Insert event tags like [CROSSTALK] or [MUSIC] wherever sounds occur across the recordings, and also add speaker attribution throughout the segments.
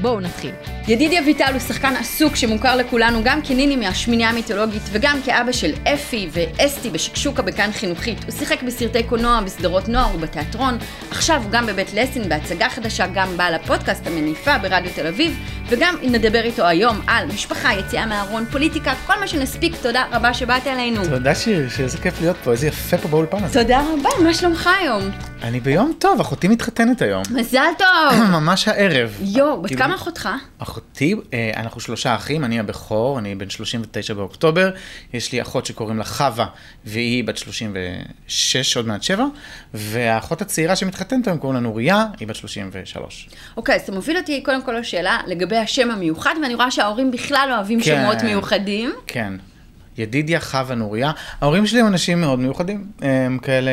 Speaker 1: בואו נתחיל. ידידיה ויטל הוא שחקן עסוק שמוכר לכולנו גם כניני מהשמינייה המיתולוגית וגם כאבא של אפי ואסתי בשקשוקה בכאן חינוכית. הוא שיחק בסרטי קולנוע, בסדרות נוער ובתיאטרון. עכשיו הוא גם בבית לסין בהצגה חדשה, גם בעל הפודקאסט המניפה ברדיו תל אביב, וגם נדבר איתו היום על משפחה, יציאה מהארון, פוליטיקה, כל מה שנספיק. תודה רבה שבאת אלינו.
Speaker 2: תודה שיר, שאיזה כיף להיות פה, איזה יפה פה באולפן הזה.
Speaker 1: תודה רבה, מה שלומך היום?
Speaker 2: אני ביום טוב, אחותי מתחתנת היום.
Speaker 1: מזל
Speaker 2: [COUGHS]
Speaker 1: טוב!
Speaker 2: ממש הערב.
Speaker 1: יואו, בת
Speaker 2: כאילו,
Speaker 1: כמה אחותך?
Speaker 2: אחותי, אה, אנחנו שלושה אחים, אני הבכור, אני בן 39 באוקטובר, יש לי אחות שקוראים לה חווה, והיא בת 36, עוד מעט 7, והאחות הצעירה שמתחתנת היום קוראים לה נוריה, היא בת 33.
Speaker 1: אוקיי, אז אתה מוביל אותי קודם כל לשאלה לגבי השם המיוחד, ואני רואה שההורים בכלל לא אוהבים שמות מיוחדים.
Speaker 2: כן. ידידיה, חווה, נוריה. ההורים שלי הם אנשים מאוד מיוחדים. הם כאלה...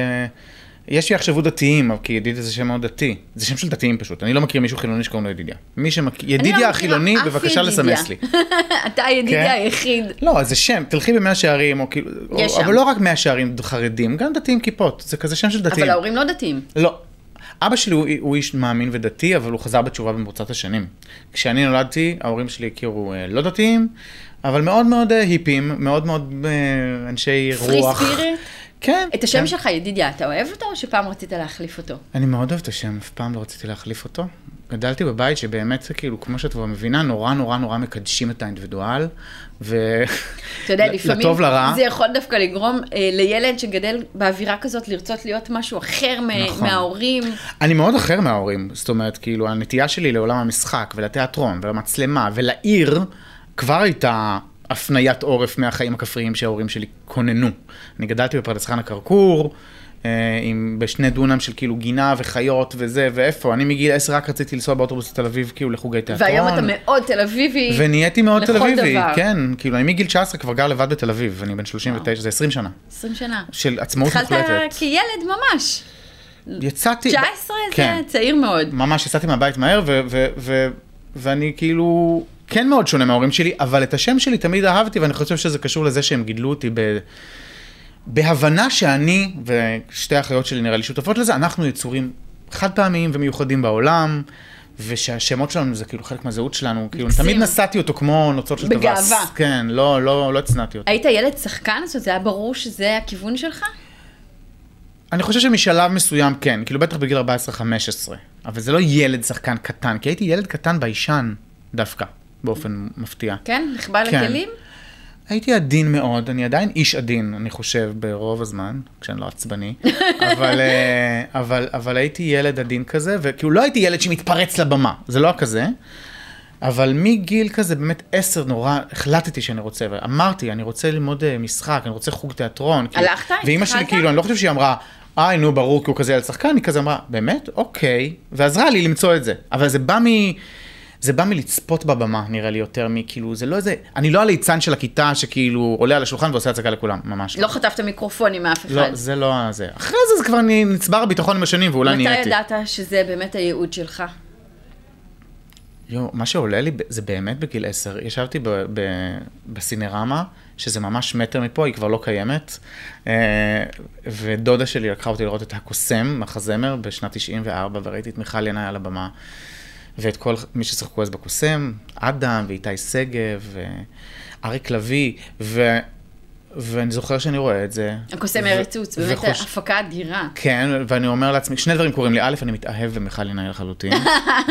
Speaker 2: יש שיחשבו דתיים, אבל כי ידידיה זה שם מאוד דתי. זה שם של דתיים פשוט. אני לא מכיר מישהו חילוני שקוראים לו ידידיה. מי שמכיר...
Speaker 1: אני לא
Speaker 2: ידידיה
Speaker 1: מכירה
Speaker 2: החילוני,
Speaker 1: אף
Speaker 2: בבקשה
Speaker 1: ידידיה.
Speaker 2: לסמס לי.
Speaker 1: [LAUGHS] אתה הידידי
Speaker 2: כן.
Speaker 1: היחיד.
Speaker 2: לא, זה שם, תלכי במאה שערים, או כאילו...
Speaker 1: יש
Speaker 2: או-
Speaker 1: שם.
Speaker 2: אבל לא רק מאה שערים חרדים, גם דתיים כיפות. זה כזה שם של דתיים.
Speaker 1: אבל ההורים לא דתיים.
Speaker 2: לא. אבא שלי הוא, הוא איש מאמין ודתי, אבל הוא חזר בתשובה במרוצת השנים. כשאני נולדתי, ההורים שלי הכירו אה, לא דתיים, אבל מאוד מאוד אה, היפים, מאוד מאוד אה, אנשי
Speaker 1: Free
Speaker 2: רוח.
Speaker 1: spirit?
Speaker 2: כן.
Speaker 1: את השם
Speaker 2: כן.
Speaker 1: שלך, ידידיה, אתה אוהב אותו או שפעם רצית להחליף אותו?
Speaker 2: אני מאוד אוהב את השם, אף פעם לא רציתי להחליף אותו. גדלתי בבית שבאמת, זה כאילו, כמו שאת כבר מבינה, נורא נורא נורא מקדשים את האינדיבידואל, ו...
Speaker 1: [LAUGHS] אתה יודע,
Speaker 2: ל-
Speaker 1: לפעמים
Speaker 2: לטוב לרע.
Speaker 1: זה יכול דווקא לגרום אה, לילד שגדל באווירה כזאת לרצות להיות משהו אחר מ-
Speaker 2: נכון.
Speaker 1: מההורים.
Speaker 2: אני מאוד אחר מההורים, זאת אומרת, כאילו, הנטייה שלי לעולם המשחק ולתיאטרון ולמצלמה ולעיר, כבר הייתה הפניית עורף מהחיים הכפריים שההורים שלי כוננו. אני גדלתי בפרדס חנה כרכור, אה, עם, בשני דונם של כאילו גינה וחיות וזה, ואיפה, אני מגיל עשר רק רציתי לנסוע באוטובוס לתל אביב, כאילו, לחוגי תיאטרון.
Speaker 1: והיום אתה מאוד תל אביבי.
Speaker 2: ונהייתי מאוד
Speaker 1: לכל
Speaker 2: תל אביבי,
Speaker 1: דבר.
Speaker 2: כן, כאילו, אני מגיל 19 כבר גר לבד בתל אביב, אני בן 39, זה 20 שנה,
Speaker 1: 20 שנה.
Speaker 2: של עצמאות
Speaker 1: התחלת
Speaker 2: מוחלטת.
Speaker 1: כילד ממש.
Speaker 2: יצאתי...
Speaker 1: 19
Speaker 2: כן.
Speaker 1: זה צעיר מאוד.
Speaker 2: ממש יצאתי מהבית מהר, ו- ו- ו- ואני כאילו כן מאוד שונה מההורים שלי, אבל את השם שלי תמיד אהבתי, ואני חושב שזה קשור לזה שהם גידלו אותי ב... בהבנה שאני ושתי האחיות שלי נראה לי שותפות לזה, אנחנו יצורים חד פעמיים ומיוחדים בעולם. ושהשמות שלנו זה כאילו חלק מהזהות שלנו, כאילו
Speaker 1: מקסים.
Speaker 2: תמיד נשאתי אותו כמו נוצות של טווס.
Speaker 1: בגאווה.
Speaker 2: כן, לא, לא, לא הצנעתי אותו.
Speaker 1: היית ילד שחקן? זאת אומרת, זה היה ברור שזה הכיוון שלך?
Speaker 2: אני חושב שמשלב מסוים כן, כאילו בטח בגיל 14-15, אבל זה לא ילד שחקן קטן, כי הייתי ילד קטן ביישן דווקא, באופן מפתיע.
Speaker 1: כן? נחבא
Speaker 2: כן.
Speaker 1: לכלים?
Speaker 2: הייתי עדין מאוד, אני עדיין איש עדין, אני חושב, ברוב הזמן, כשאני לא
Speaker 1: [LAUGHS]
Speaker 2: עצבני, אבל, אה, אבל, אבל הייתי ילד עדין כזה, וכאילו לא הייתי ילד שמתפרץ לבמה, זה לא כזה, אבל מגיל כזה, באמת עשר נורא, החלטתי שאני רוצה, ואמרתי, אני רוצה ללמוד אה, משחק, אני רוצה חוג תיאטרון. כאילו,
Speaker 1: הלכת?
Speaker 2: ואימא שלי,
Speaker 1: התחלת?
Speaker 2: כאילו, אני לא חושב שהיא אמרה, איי, נו, ברור, כי הוא כזה ילד שחקן, היא כזה אמרה, באמת? אוקיי, ועזרה לי למצוא את זה. אבל זה בא מ... זה בא מלצפות בבמה, נראה לי, יותר מכאילו, זה לא איזה... אני לא הליצן של הכיתה שכאילו עולה על השולחן ועושה הצגה לכולם, ממש
Speaker 1: לא חטפת מיקרופונים מאף אחד.
Speaker 2: לא, זה לא זה. אחרי זה זה כבר נ- נצבר הביטחון עם השנים ואולי נהייתי.
Speaker 1: מתי ידעת שזה באמת הייעוד שלך?
Speaker 2: יו, מה שעולה לי, ב- זה באמת בגיל עשר. ישבתי ב- ב- בסינרמה, שזה ממש מטר מפה, היא כבר לא קיימת. אה, ודודה שלי לקחה אותי לראות את הקוסם, מחזמר, בשנת 94, וראיתי את מיכל ינאי על הבמה. ואת כל מי ששיחקו אז בקוסם, אדם ואיתי שגב, ואריק לביא, ו... ואני זוכר שאני רואה את זה.
Speaker 1: הקוסם
Speaker 2: ו-
Speaker 1: העריצוץ, באמת
Speaker 2: וחוש-
Speaker 1: הפקה אדירה.
Speaker 2: כן, ואני אומר לעצמי, שני דברים קורים לי, א', אני מתאהב במיכל
Speaker 1: [LAUGHS]
Speaker 2: ינאי לחלוטין,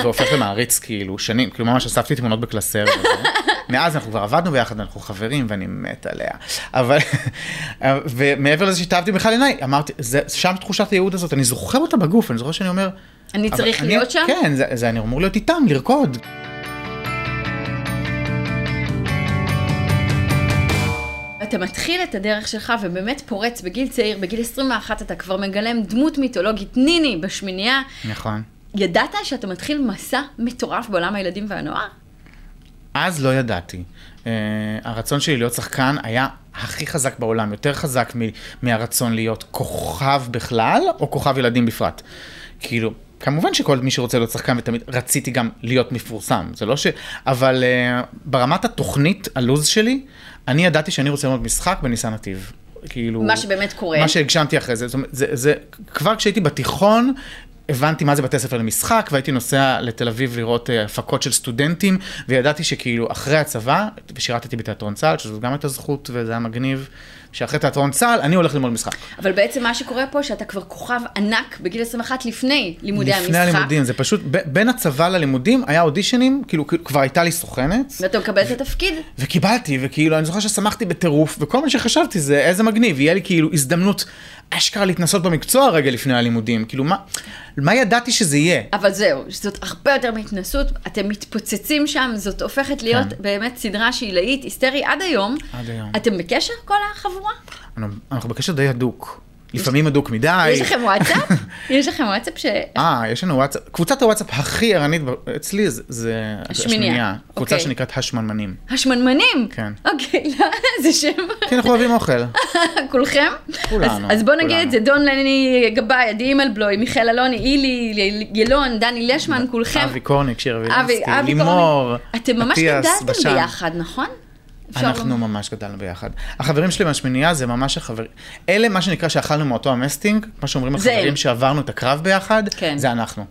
Speaker 2: והופך למעריץ כאילו שנים, כאילו ממש אספתי תמונות בקלסר וזה.
Speaker 1: [LAUGHS]
Speaker 2: מאז אנחנו כבר עבדנו ביחד, אנחנו חברים ואני מת עליה. אבל, [LAUGHS] ומעבר לזה שהתאהבתי במיכל ינאי, אמרתי, זה, שם תחושת הייעוד הזאת, אני זוכר אותה בגוף, אני זוכר שאני אומר...
Speaker 1: אני
Speaker 2: אבל
Speaker 1: צריך להיות שם?
Speaker 2: כן, זה, זה, אני אמור להיות איתם, לרקוד.
Speaker 1: אתה מתחיל את הדרך שלך ובאמת פורץ בגיל צעיר, בגיל 21 אתה כבר מגלם דמות מיתולוגית, ניני בשמינייה.
Speaker 2: נכון.
Speaker 1: ידעת שאתה מתחיל מסע מטורף בעולם הילדים והנוער?
Speaker 2: אה, אז לא ידעתי. Uh, הרצון שלי להיות שחקן היה הכי חזק בעולם, יותר חזק מ- מהרצון להיות כוכב בכלל, או כוכב ילדים בפרט. כאילו, כמובן שכל מי שרוצה להיות שחקן, ותמיד רציתי גם להיות מפורסם, זה לא ש... אבל uh, ברמת התוכנית, הלוז שלי, אני ידעתי שאני רוצה ללמוד משחק בניסן נתיב. כאילו...
Speaker 1: מה שבאמת קורה.
Speaker 2: מה שהגשמתי אחרי זה. זאת אומרת, זה, זה, כבר כשהייתי בתיכון, הבנתי מה זה בתי ספר למשחק, והייתי נוסע לתל אביב לראות אה, הפקות של סטודנטים, וידעתי שכאילו אחרי הצבא, ושירתתי בתיאטרון צה"ל, שזאת גם הייתה זכות, וזה היה מגניב, שאחרי תיאטרון צה"ל, אני הולך ללמוד משחק.
Speaker 1: אבל בעצם מה שקורה פה, שאתה כבר כוכב ענק בגיל 21 לפני לימודי המשחק.
Speaker 2: לפני הלימודים, זה פשוט, ב- בין הצבא ללימודים היה אודישנים, כאילו כאילו, כבר הייתה לי סוכנת.
Speaker 1: ואתה מקבל את התפקיד.
Speaker 2: וקיבלתי, וכאילו, אני זוכר ששמחתי בטירוף, וכל מה שחשבתי זה, איזה מגניב, יהיה לי כאילו הזדמנות אשכרה להתנסות במקצוע רגע לפני הלימודים, כאילו, מה, מה ידעתי שזה יהיה?
Speaker 1: אבל זהו, זאת הרבה יותר מהתנסות, אתם מתפוצצים שם, זאת הופכת להיות
Speaker 2: כן.
Speaker 1: באמת סדרה שהיא להיט, היסטרי עד היום.
Speaker 2: עד היום.
Speaker 1: אתם בקשר, כל החבורה?
Speaker 2: אנחנו- אנחנו בקשר די הדוק, לפעמים הדוק מדי.
Speaker 1: יש לכם
Speaker 2: [LAUGHS]
Speaker 1: וואטסאפ? יש לכם וואטסאפ ש...
Speaker 2: אה, יש לנו וואטסאפ, קבוצת הוואטסאפ הכי ערנית ב- אצלי זה- זה
Speaker 1: השמיניה.
Speaker 2: קבוצה
Speaker 1: אוקיי.
Speaker 2: שנקראת השמנמנים.
Speaker 1: השמנמנים?
Speaker 2: כן.
Speaker 1: אוקיי, לא, [LAUGHS] זה שם, [LAUGHS]
Speaker 2: כי כן, אנחנו אוהבים אוכל.
Speaker 1: כולכם?
Speaker 2: כולנו,
Speaker 1: אז, אז בוא נגיד
Speaker 2: כולנו.
Speaker 1: את זה, דון לני גבאי, עדי אימלבלוי, מיכאל אלוני, אילי, ל- ילון, דני לשמן, כולכם.
Speaker 2: אבי קורניק, שיר
Speaker 1: אבי,
Speaker 2: אבינסקי,
Speaker 1: אבי
Speaker 2: לימור,
Speaker 1: קורני. אתם ממש
Speaker 2: אטיאס,
Speaker 1: גדלתם
Speaker 2: בשן.
Speaker 1: ביחד, נכון? אפשר
Speaker 2: אנחנו
Speaker 1: לומר.
Speaker 2: ממש גדלנו ביחד. החברים שלי מהשמינייה זה ממש החברים, אלה מה שנקרא שאכלנו מאותו המסטינג, מה שאומרים
Speaker 1: זה
Speaker 2: החברים
Speaker 1: הם.
Speaker 2: שעברנו את הקרב ביחד,
Speaker 1: כן.
Speaker 2: זה אנחנו.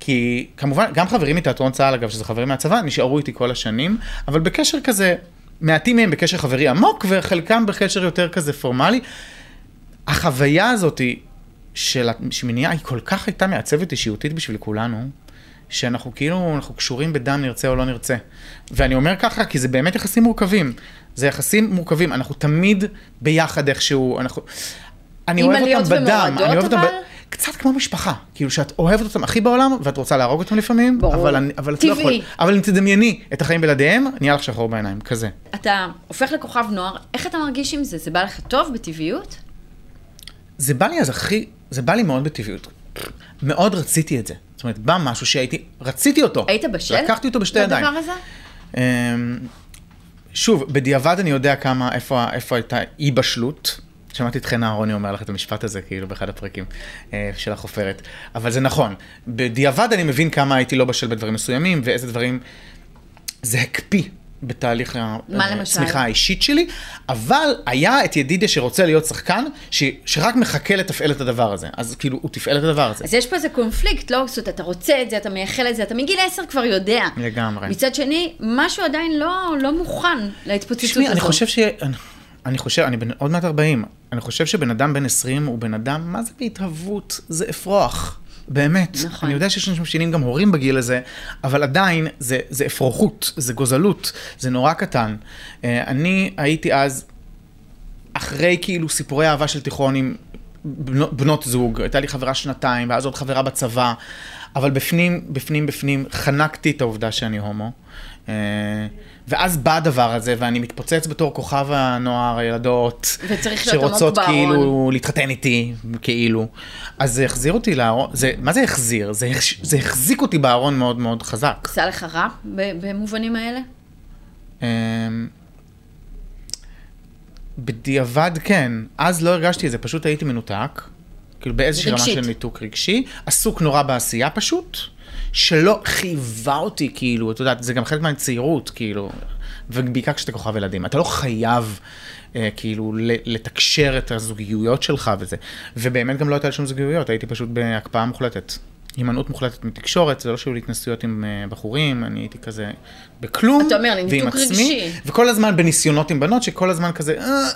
Speaker 2: כי כמובן, גם חברים מתיאטרון צה"ל, אגב, שזה חברים מהצבא, נשארו איתי כל השנים, אבל בקשר כזה, מעטים מהם בקשר חברי עמוק, וחלקם בקשר יותר כזה פורמלי. החוויה הזאת של השמינייה היא כל כך הייתה מעצבת אישיותית בשביל כולנו, שאנחנו כאילו, אנחנו קשורים בדם נרצה או לא נרצה. ואני אומר ככה כי זה באמת יחסים מורכבים. זה יחסים מורכבים, אנחנו תמיד ביחד איכשהו, אנחנו... אני
Speaker 1: עם
Speaker 2: אוהב
Speaker 1: עליות
Speaker 2: אותם בדם,
Speaker 1: ומורדות,
Speaker 2: אני אוהב אותם
Speaker 1: אבל?
Speaker 2: ב... קצת כמו משפחה, כאילו שאת אוהבת אותם הכי בעולם ואת רוצה להרוג אותם לפעמים,
Speaker 1: ברור.
Speaker 2: אבל, אני- אבל את לא
Speaker 1: טבעי.
Speaker 2: יכול, אבל אם תדמייני את החיים בלעדיהם, נהיה לך שחור בעיניים, כזה.
Speaker 1: אתה הופך לכוכב נוער, איך אתה מרגיש עם זה? זה בא לך טוב בטבעיות?
Speaker 2: זה בא לי אז הכי, זה בא לי מאוד בטבעיות. מאוד רציתי את זה. זאת אומרת, בא משהו שהייתי, רציתי אותו.
Speaker 1: היית בשל? לא
Speaker 2: לקחתי אותו בשתי ידיים.
Speaker 1: לדבר הזה?
Speaker 2: אמ, שוב, בדיעבד אני יודע כמה, איפה, איפה הייתה אי בשלות. שמעתי את חנה אהרוני אומר לך את המשפט הזה, כאילו, באחד הפרקים אה, של החופרת. אבל זה נכון. בדיעבד אני מבין כמה הייתי לא בשל בדברים מסוימים, ואיזה דברים... זה הקפיא בתהליך ה-
Speaker 1: מה
Speaker 2: אה,
Speaker 1: למשל?
Speaker 2: הצמיחה האישית שלי, אבל היה את ידידיה שרוצה להיות שחקן, ש... שרק מחכה לתפעל את הדבר הזה. אז כאילו, הוא תפעל את הדבר הזה.
Speaker 1: אז יש פה איזה קונפליקט, לא? זאת אומרת, אתה רוצה את זה, אתה מייחל את זה, אתה מגיל 10 כבר יודע.
Speaker 2: לגמרי.
Speaker 1: מצד שני, משהו עדיין לא, לא מוכן להתפוצצות הזאת.
Speaker 2: תשמעי, אני חושב ש... אני- אני חושב, אני בן, עוד מעט 40, אני חושב שבן אדם בן 20 הוא בן אדם, מה זה בהתהוות? זה אפרוח. באמת.
Speaker 1: נכון.
Speaker 2: אני יודע שיש אנשים שמשינים גם הורים בגיל הזה, אבל עדיין זה, זה אפרוחוט, זה גוזלות, זה נורא קטן. אה, אני הייתי אז אחרי כאילו סיפורי אהבה של תיכונים, בנות, בנות זוג, הייתה לי חברה שנתיים, ואז עוד חברה בצבא, אבל בפנים, בפנים, בפנים, חנקתי את העובדה שאני הומו. אה, ואז בא הדבר הזה, ואני מתפוצץ בתור כוכב הנוער, הילדות,
Speaker 1: וצריך להיות עמוק
Speaker 2: שרוצות
Speaker 1: בארון.
Speaker 2: כאילו להתחתן איתי, כאילו. אז זה החזיר אותי לארון, זה, מה זה החזיר? זה, החש- זה החזיק אותי בארון מאוד מאוד חזק.
Speaker 1: עשה לך רע ב- במובנים האלה?
Speaker 2: אמ, בדיעבד כן, אז לא הרגשתי את זה, פשוט הייתי מנותק. כאילו באיזושהי רמה
Speaker 1: רגשית.
Speaker 2: של ניתוק רגשי, עסוק נורא בעשייה פשוט, שלא חייבה אותי, כאילו, את יודעת, זה גם חלק מהצעירות, כאילו, ובעיקר כשאתה כוכב ילדים, אתה לא חייב, אה, כאילו, ל- לתקשר את הזוגיויות שלך וזה, ובאמת גם לא הייתה לי שום זוגיויות, הייתי פשוט בהקפאה מוחלטת. הימנעות מוחלטת מתקשורת, זה לא שהיו לי התנסויות עם אה, בחורים, אני הייתי כזה בכלום.
Speaker 1: אתה אומר, אני
Speaker 2: ועם
Speaker 1: ניתוק
Speaker 2: עצמי,
Speaker 1: רגשי.
Speaker 2: וכל הזמן בניסיונות עם בנות, שכל הזמן כזה, "אה, אה,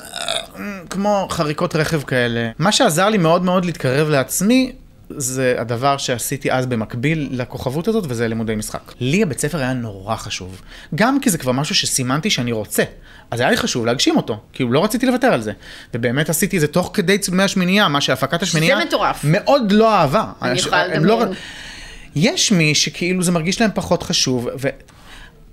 Speaker 2: אה", כמו חריקות רכב כאלה. מה שעזר לי מאוד מאוד להתקרב לעצמי, זה הדבר שעשיתי אז במקביל לכוכבות הזאת, וזה לימודי משחק. לי הבית ספר היה נורא חשוב. גם כי זה כבר משהו שסימנתי שאני רוצה. אז היה לי חשוב להגשים אותו, כאילו לא רציתי לוותר על זה. ובאמת עשיתי את זה תוך כדי צילומי השמינייה, מה שהפקת השמינייה...
Speaker 1: מטורף.
Speaker 2: מאוד לא אהבה.
Speaker 1: אני
Speaker 2: אש-
Speaker 1: יכולה
Speaker 2: הם לא-
Speaker 1: לדמיין.
Speaker 2: יש מי שכאילו זה מרגיש להם פחות חשוב,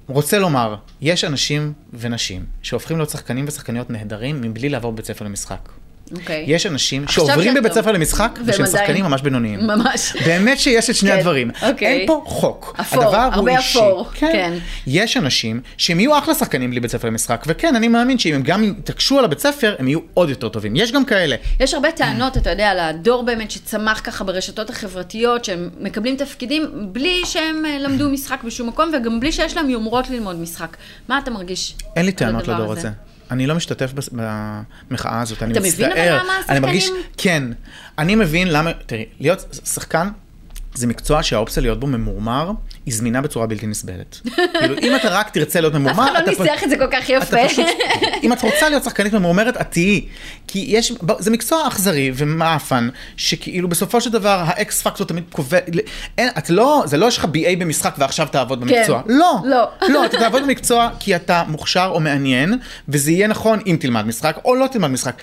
Speaker 2: ורוצה לומר, יש אנשים ונשים שהופכים להיות שחקנים ושחקניות נהדרים מבלי לעבור בית ספר למשחק.
Speaker 1: אוקיי.
Speaker 2: יש אנשים
Speaker 1: עכשיו
Speaker 2: שעוברים
Speaker 1: זה
Speaker 2: בבית
Speaker 1: טוב.
Speaker 2: ספר למשחק,
Speaker 1: והם
Speaker 2: ושהם
Speaker 1: עדיין-
Speaker 2: שחקנים ממש בינוניים.
Speaker 1: ממש.
Speaker 2: באמת שיש את שני
Speaker 1: כן,
Speaker 2: הדברים.
Speaker 1: אוקיי.
Speaker 2: אין פה חוק.
Speaker 1: אפור,
Speaker 2: הדבר הוא
Speaker 1: הרבה
Speaker 2: אישי.
Speaker 1: אפור, כן.
Speaker 2: יש אנשים שהם יהיו אחלה שחקנים בלי בית ספר למשחק, וכן, אני מאמין שאם הם גם יתעקשו על הבית ספר, הם יהיו עוד יותר טובים. יש גם כאלה.
Speaker 1: יש הרבה טענות, אתה יודע, לדור באמת שצמח ככה ברשתות החברתיות, שהם מקבלים תפקידים בלי שהם אה, למדו משחק בשום מקום, וגם בלי שיש להם יומרות ללמוד משחק. מה אתה מרגיש?
Speaker 2: אין לי
Speaker 1: על
Speaker 2: טענות
Speaker 1: הדבר אה,
Speaker 2: לדור הזה. אני לא משתתף בס- במחאה הזאת, אני
Speaker 1: אתה
Speaker 2: מצטער.
Speaker 1: מבין אבל למה
Speaker 2: אני
Speaker 1: השחקנים-
Speaker 2: מרגיש, כן. אני מבין למה, תראי, להיות שחקן... זה מקצוע שהאופציה להיות בו ממורמר, היא זמינה בצורה
Speaker 1: [LAUGHS]
Speaker 2: בלתי נסבלת. כאילו, אם אתה רק תרצה להיות ממורמר,
Speaker 1: אף אחד
Speaker 2: אתה
Speaker 1: לא
Speaker 2: פ-
Speaker 1: ניסח את זה כל כך יפה. [LAUGHS]
Speaker 2: אתה פשוט, אם את רוצה להיות שחקנית ממורמרת, את תהיי. כי יש, ב- זה מקצוע אכזרי ומאפן, שכאילו בסופו של דבר האקס פקטור תמיד קובע, אין, את לא, זה לא יש לך BA במשחק ועכשיו תעבוד במקצוע.
Speaker 1: כן.
Speaker 2: לא.
Speaker 1: לא.
Speaker 2: לא, אתה תעבוד במקצוע כי אתה מוכשר או מעניין, וזה יהיה נכון אם תלמד משחק או לא תלמד משחק.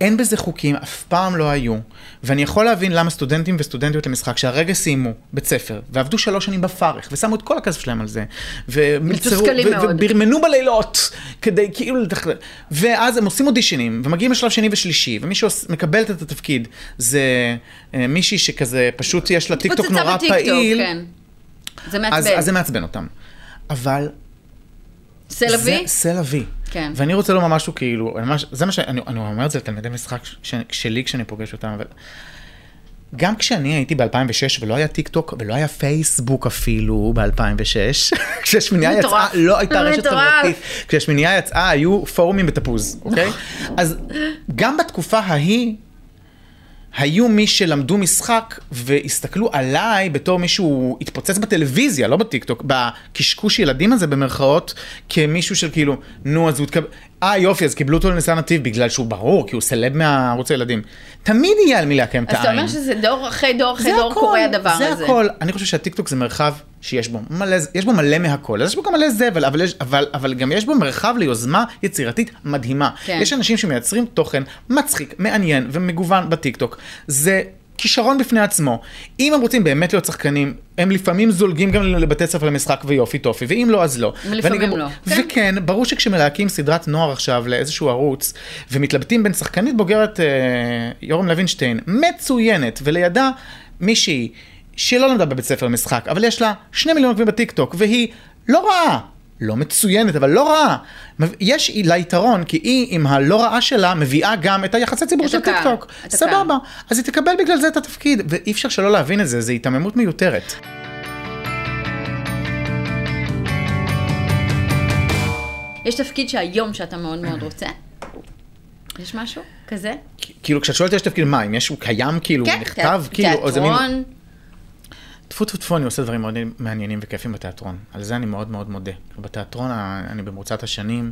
Speaker 2: אין בזה חוקים, אף פעם לא היו, ואני יכול להבין למה סטודנטים וסטודנטיות למשחק שהרגע סיימו בית ספר, ועבדו שלוש שנים בפרך, ושמו את כל הכסף שלהם על זה, ומלצרו,
Speaker 1: מתוסכלים מאוד.
Speaker 2: וברמנו בלילות, כדי כאילו לתכלל, ואז הם עושים אודישנים, ומגיעים לשלב שני ושלישי, ומי שמקבלת את התפקיד זה אה, מישהי שכזה, פשוט יש לה טיקטוק
Speaker 1: התפוצצה
Speaker 2: נורא
Speaker 1: בטיקטוק,
Speaker 2: פעיל,
Speaker 1: כן. זה
Speaker 2: אז אז זה
Speaker 1: מעצבן.
Speaker 2: מעצבן אותם. אבל
Speaker 1: סלווי?
Speaker 2: זה סל אבי.
Speaker 1: כן.
Speaker 2: ואני רוצה לומר משהו כאילו, אני ממש, זה מה שאני אני אומר את זה לתלמידי משחק ש- שלי כשאני פוגש אותם, אבל... גם כשאני הייתי ב-2006 ולא היה טיק טוק ולא היה פייסבוק אפילו ב-2006, [LAUGHS] כשהשמינייה יצאה
Speaker 1: מטורף.
Speaker 2: לא הייתה רשת
Speaker 1: מטורף.
Speaker 2: חברתית, כשהשמינייה יצאה היו פורומים בתפוז, אוקיי?
Speaker 1: נכון.
Speaker 2: אז גם בתקופה ההיא היו מי שלמדו משחק והסתכלו עליי בתור מישהו התפוצץ בטלוויזיה, לא בטיקטוק, בקשקוש ילדים הזה במרכאות, כמישהו של כאילו, נו אז הוא התקבל, אה יופי אז קיבלו אותו לניסן נתיב בגלל שהוא ברור, כי הוא סלב מהערוץ הילדים. תמיד יהיה על מי לעקם את
Speaker 1: אז
Speaker 2: העין.
Speaker 1: אתה אומר שזה דור אחרי דור אחרי
Speaker 2: זה
Speaker 1: דור
Speaker 2: הכל,
Speaker 1: לא קורה הדבר
Speaker 2: זה
Speaker 1: הזה.
Speaker 2: הכל. אני חושב שהטיקטוק זה מרחב שיש בו מלא, יש בו מלא מהכל, אז יש בו גם מלא זבל, אבל, יש, אבל, אבל גם יש בו מרחב ליוזמה יצירתית מדהימה.
Speaker 1: כן.
Speaker 2: יש אנשים שמייצרים תוכן מצחיק, מעניין ומגוון בטיקטוק. זה... כישרון בפני עצמו. אם הם רוצים באמת להיות שחקנים, הם לפעמים זולגים גם לבתי ספר למשחק ויופי טופי, ואם לא, אז לא.
Speaker 1: ולפעמים
Speaker 2: ואני גם-
Speaker 1: לא. כן.
Speaker 2: וכן, ברור שכשמלהקים סדרת נוער עכשיו לאיזשהו ערוץ, ומתלבטים בין שחקנית בוגרת אה, יורם לוינשטיין, מצוינת, ולידה מישהי שלא למדה בבית ספר למשחק, אבל יש לה שני מיליון עוקבים בטיקטוק, והיא לא רעה. לא מצוינת, אבל לא רעה. מב- יש לה יתרון, כי היא עם הלא רעה שלה מביאה גם את היחסי ציבור
Speaker 1: את
Speaker 2: של
Speaker 1: הקהל,
Speaker 2: טיקטוק.
Speaker 1: את הקהל.
Speaker 2: סבבה. אז היא תקבל בגלל זה את התפקיד, ואי אפשר שלא להבין את זה, זה היתממות מיותרת.
Speaker 1: יש תפקיד שהיום שאתה מאוד מאוד רוצה? יש משהו כזה?
Speaker 2: כ- כאילו כשאת שואלת יש תפקיד מה אם יש הוא קיים כאילו הוא נכתב
Speaker 1: כן. תיאט-
Speaker 2: כאילו או זה מין
Speaker 1: תיאטרון,
Speaker 2: טפו טפו טפו אני עושה דברים מאוד מעניינים וכיפים בתיאטרון על זה אני מאוד מאוד מודה בתיאטרון ה- אני במרוצת השנים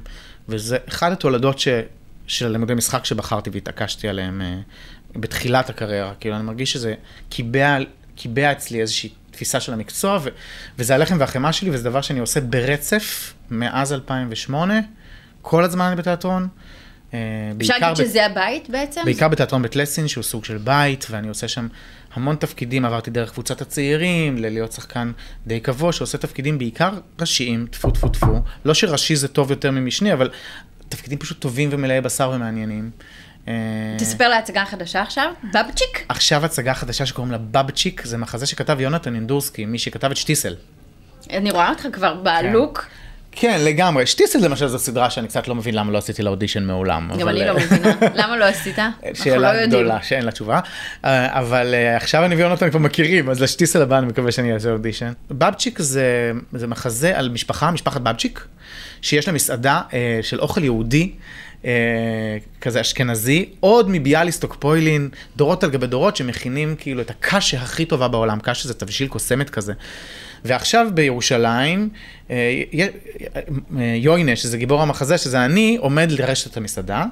Speaker 2: וזה אחד התולדות ש... של לימודי משחק שבחרתי והתעקשתי עליהם אה, בתחילת הקריירה כאילו אני מרגיש שזה קיבע קיבע אצלי איזושהי תפיסה של המקצוע ו... וזה הלחם והחמאה שלי וזה דבר שאני עושה ברצף מאז 2008 כל הזמן אני בתיאטרון. אה,
Speaker 1: אפשר
Speaker 2: בעיקר
Speaker 1: להגיד
Speaker 2: ב-
Speaker 1: שזה הבית בעצם?
Speaker 2: בעיקר בתיאטרון בית לסין, שהוא סוג של בית, ואני עושה שם המון תפקידים, עברתי דרך קבוצת הצעירים, ללהיות שחקן די קבוע, שעושה תפקידים בעיקר ראשיים, טפו טפו טפו. לא שראשי זה טוב יותר ממשני, אבל תפקידים פשוט טובים ומלאי בשר ומעניינים. אה,
Speaker 1: תספר להצגה החדשה עכשיו, בבצ'יק?
Speaker 2: עכשיו הצגה חדשה שקוראים לה בבצ'יק, זה מחזה שכתב יונתן אינדורסקי, מי שכתב את שטיסל.
Speaker 1: אני רואה אותך כבר בלוק.
Speaker 2: כן, לגמרי. שטיסל למשל זו סדרה שאני קצת לא מבין למה לא עשיתי לה אודישן מעולם.
Speaker 1: גם
Speaker 2: אבל,
Speaker 1: אני
Speaker 2: אה,
Speaker 1: לא מבינה.
Speaker 2: [LAUGHS]
Speaker 1: למה לא עשית? אנחנו לא
Speaker 2: שאלה
Speaker 1: יודעים.
Speaker 2: גדולה שאין לה תשובה, אה, אבל אה, עכשיו אני ויונתן כבר מכירים, אז לשטיסל הבא אני מקווה שאני אעשה אודישן. בבצ'יק זה, זה מחזה על משפחה, משפחת בבצ'יק, שיש לה מסעדה אה, של אוכל יהודי, אה, כזה אשכנזי, עוד מביאליסטוק פוילין, דורות על גבי דורות שמכינים כאילו את הקשה הכי טובה בעולם, קשה זה תבשיל קוסמת כזה. ועכשיו בירושלים, אה, י- אה, אה, יוינה, שזה גיבור המחזה, שזה אני, עומד לרשת את המסעדה,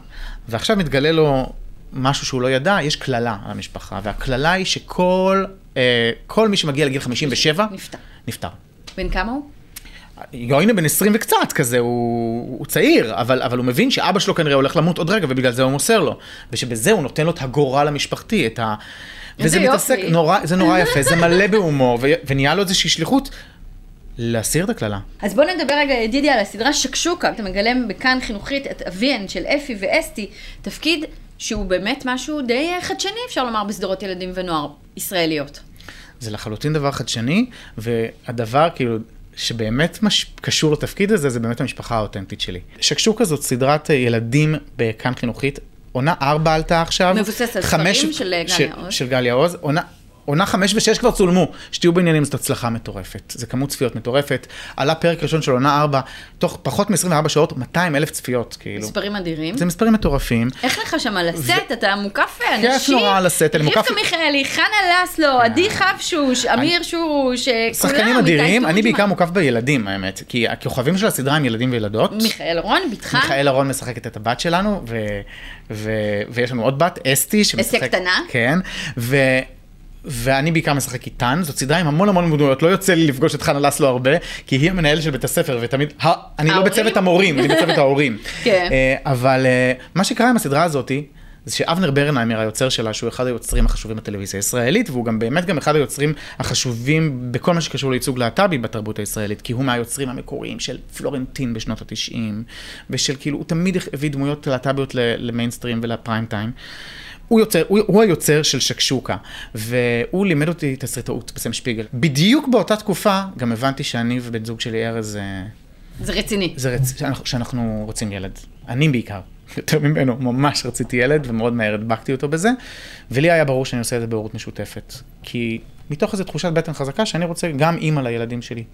Speaker 2: ועכשיו מתגלה לו משהו שהוא לא ידע, יש קללה על המשפחה, והקללה היא שכל אה, כל מי שמגיע לגיל 57,
Speaker 1: נפטר.
Speaker 2: נפטר.
Speaker 1: בן כמה הוא?
Speaker 2: יוינה בן 20 וקצת כזה, הוא, הוא צעיר, אבל, אבל הוא מבין שאבא שלו כנראה הולך למות עוד רגע, ובגלל זה הוא מוסר לו. ושבזה הוא נותן לו את הגורל המשפחתי, את ה... וזה
Speaker 1: יופי.
Speaker 2: מתעסק, נורא, זה נורא יפה, זה מלא בהומור, ו, ונהיה לו איזושהי שליחות להסיר את הקללה.
Speaker 1: אז בוא נדבר רגע, ידידי, על הסדרה שקשוקה. אתה מגלם בכאן חינוכית את אביהן של אפי ואסתי, תפקיד שהוא באמת משהו די אה, חדשני, אפשר לומר, בסדרות ילדים ונוער ישראליות.
Speaker 2: זה לחלוטין דבר חדשני, והדבר כאילו שבאמת מש... קשור לתפקיד הזה, זה באמת המשפחה האותנטית שלי. שקשוקה זאת סדרת אה, ילדים בכאן חינוכית, עונה 4 עלתה עכשיו.
Speaker 1: מבוססת על
Speaker 2: חמש-
Speaker 1: ספרים של, אה, גליה עוז.
Speaker 2: של גליה עוז. עונה... עונה חמש ושש כבר צולמו, שתהיו בעניינים זאת הצלחה מטורפת, זה כמות צפיות מטורפת. עלה פרק ראשון של עונה ארבע, תוך פחות מ-24 שעות, 200 אלף צפיות, כאילו.
Speaker 1: מספרים אדירים.
Speaker 2: זה מספרים מטורפים.
Speaker 1: איך לך שם על הסט? אתה מוקף אה, אנשים.
Speaker 2: כיף נורא על הסט, אני מוקף- אה.
Speaker 1: חיפקה מיכאלי, חנה לסלו, עדי חפשוש, אמיר שורוש, אה, כולם.
Speaker 2: שחקנים
Speaker 1: איתי
Speaker 2: אדירים, אני
Speaker 1: תורג'מן.
Speaker 2: בעיקר מוקף בילדים האמת, כי הכוכבים של הסדרה הם ילדים וילדות.
Speaker 1: מיכאל רון, בתך.
Speaker 2: מיכאל אהרון משחקת את הבת שלנו, ו, ו, ויש לנו עוד בת, אסתי, שמשחקת...
Speaker 1: קטנה.
Speaker 2: כן, ו, ואני בעיקר משחק איתן, זאת סדרה עם המון המון דמויות, לא יוצא לי לפגוש את חנה לסלו הרבה, כי היא המנהלת של בית הספר, ותמיד, ה, אני לא
Speaker 1: ההורים?
Speaker 2: בצוות המורים, אני בצוות ההורים.
Speaker 1: כן.
Speaker 2: אה, אבל אה, מה שקרה עם הסדרה הזאתי, זה שאבנר ברנהיימר היוצר שלה, שהוא אחד היוצרים החשובים בטלוויזיה הישראלית, והוא גם באמת גם אחד היוצרים החשובים בכל מה שקשור לייצוג להט"בי בתרבות הישראלית, כי הוא מהיוצרים המקוריים של פלורנטין בשנות התשעים, ושל כאילו, הוא תמיד הביא דמויות להט"ביות ל- למיינסטרים ולפריים טיים. הוא, יוצר, הוא, הוא היוצר של שקשוקה, והוא לימד אותי תסריטאות בסם שפיגל. בדיוק באותה תקופה גם הבנתי שאני ובן זוג שלי ארז אה,
Speaker 1: זה רציני.
Speaker 2: זה רצ... שאנחנו, שאנחנו רוצים ילד. אני בעיקר, [LAUGHS] יותר ממנו, ממש רציתי ילד ומאוד מהר הדבקתי אותו בזה. ולי היה ברור שאני עושה את זה בהורות משותפת. כי מתוך איזו תחושת בטן חזקה שאני רוצה גם אימא לילדים שלי.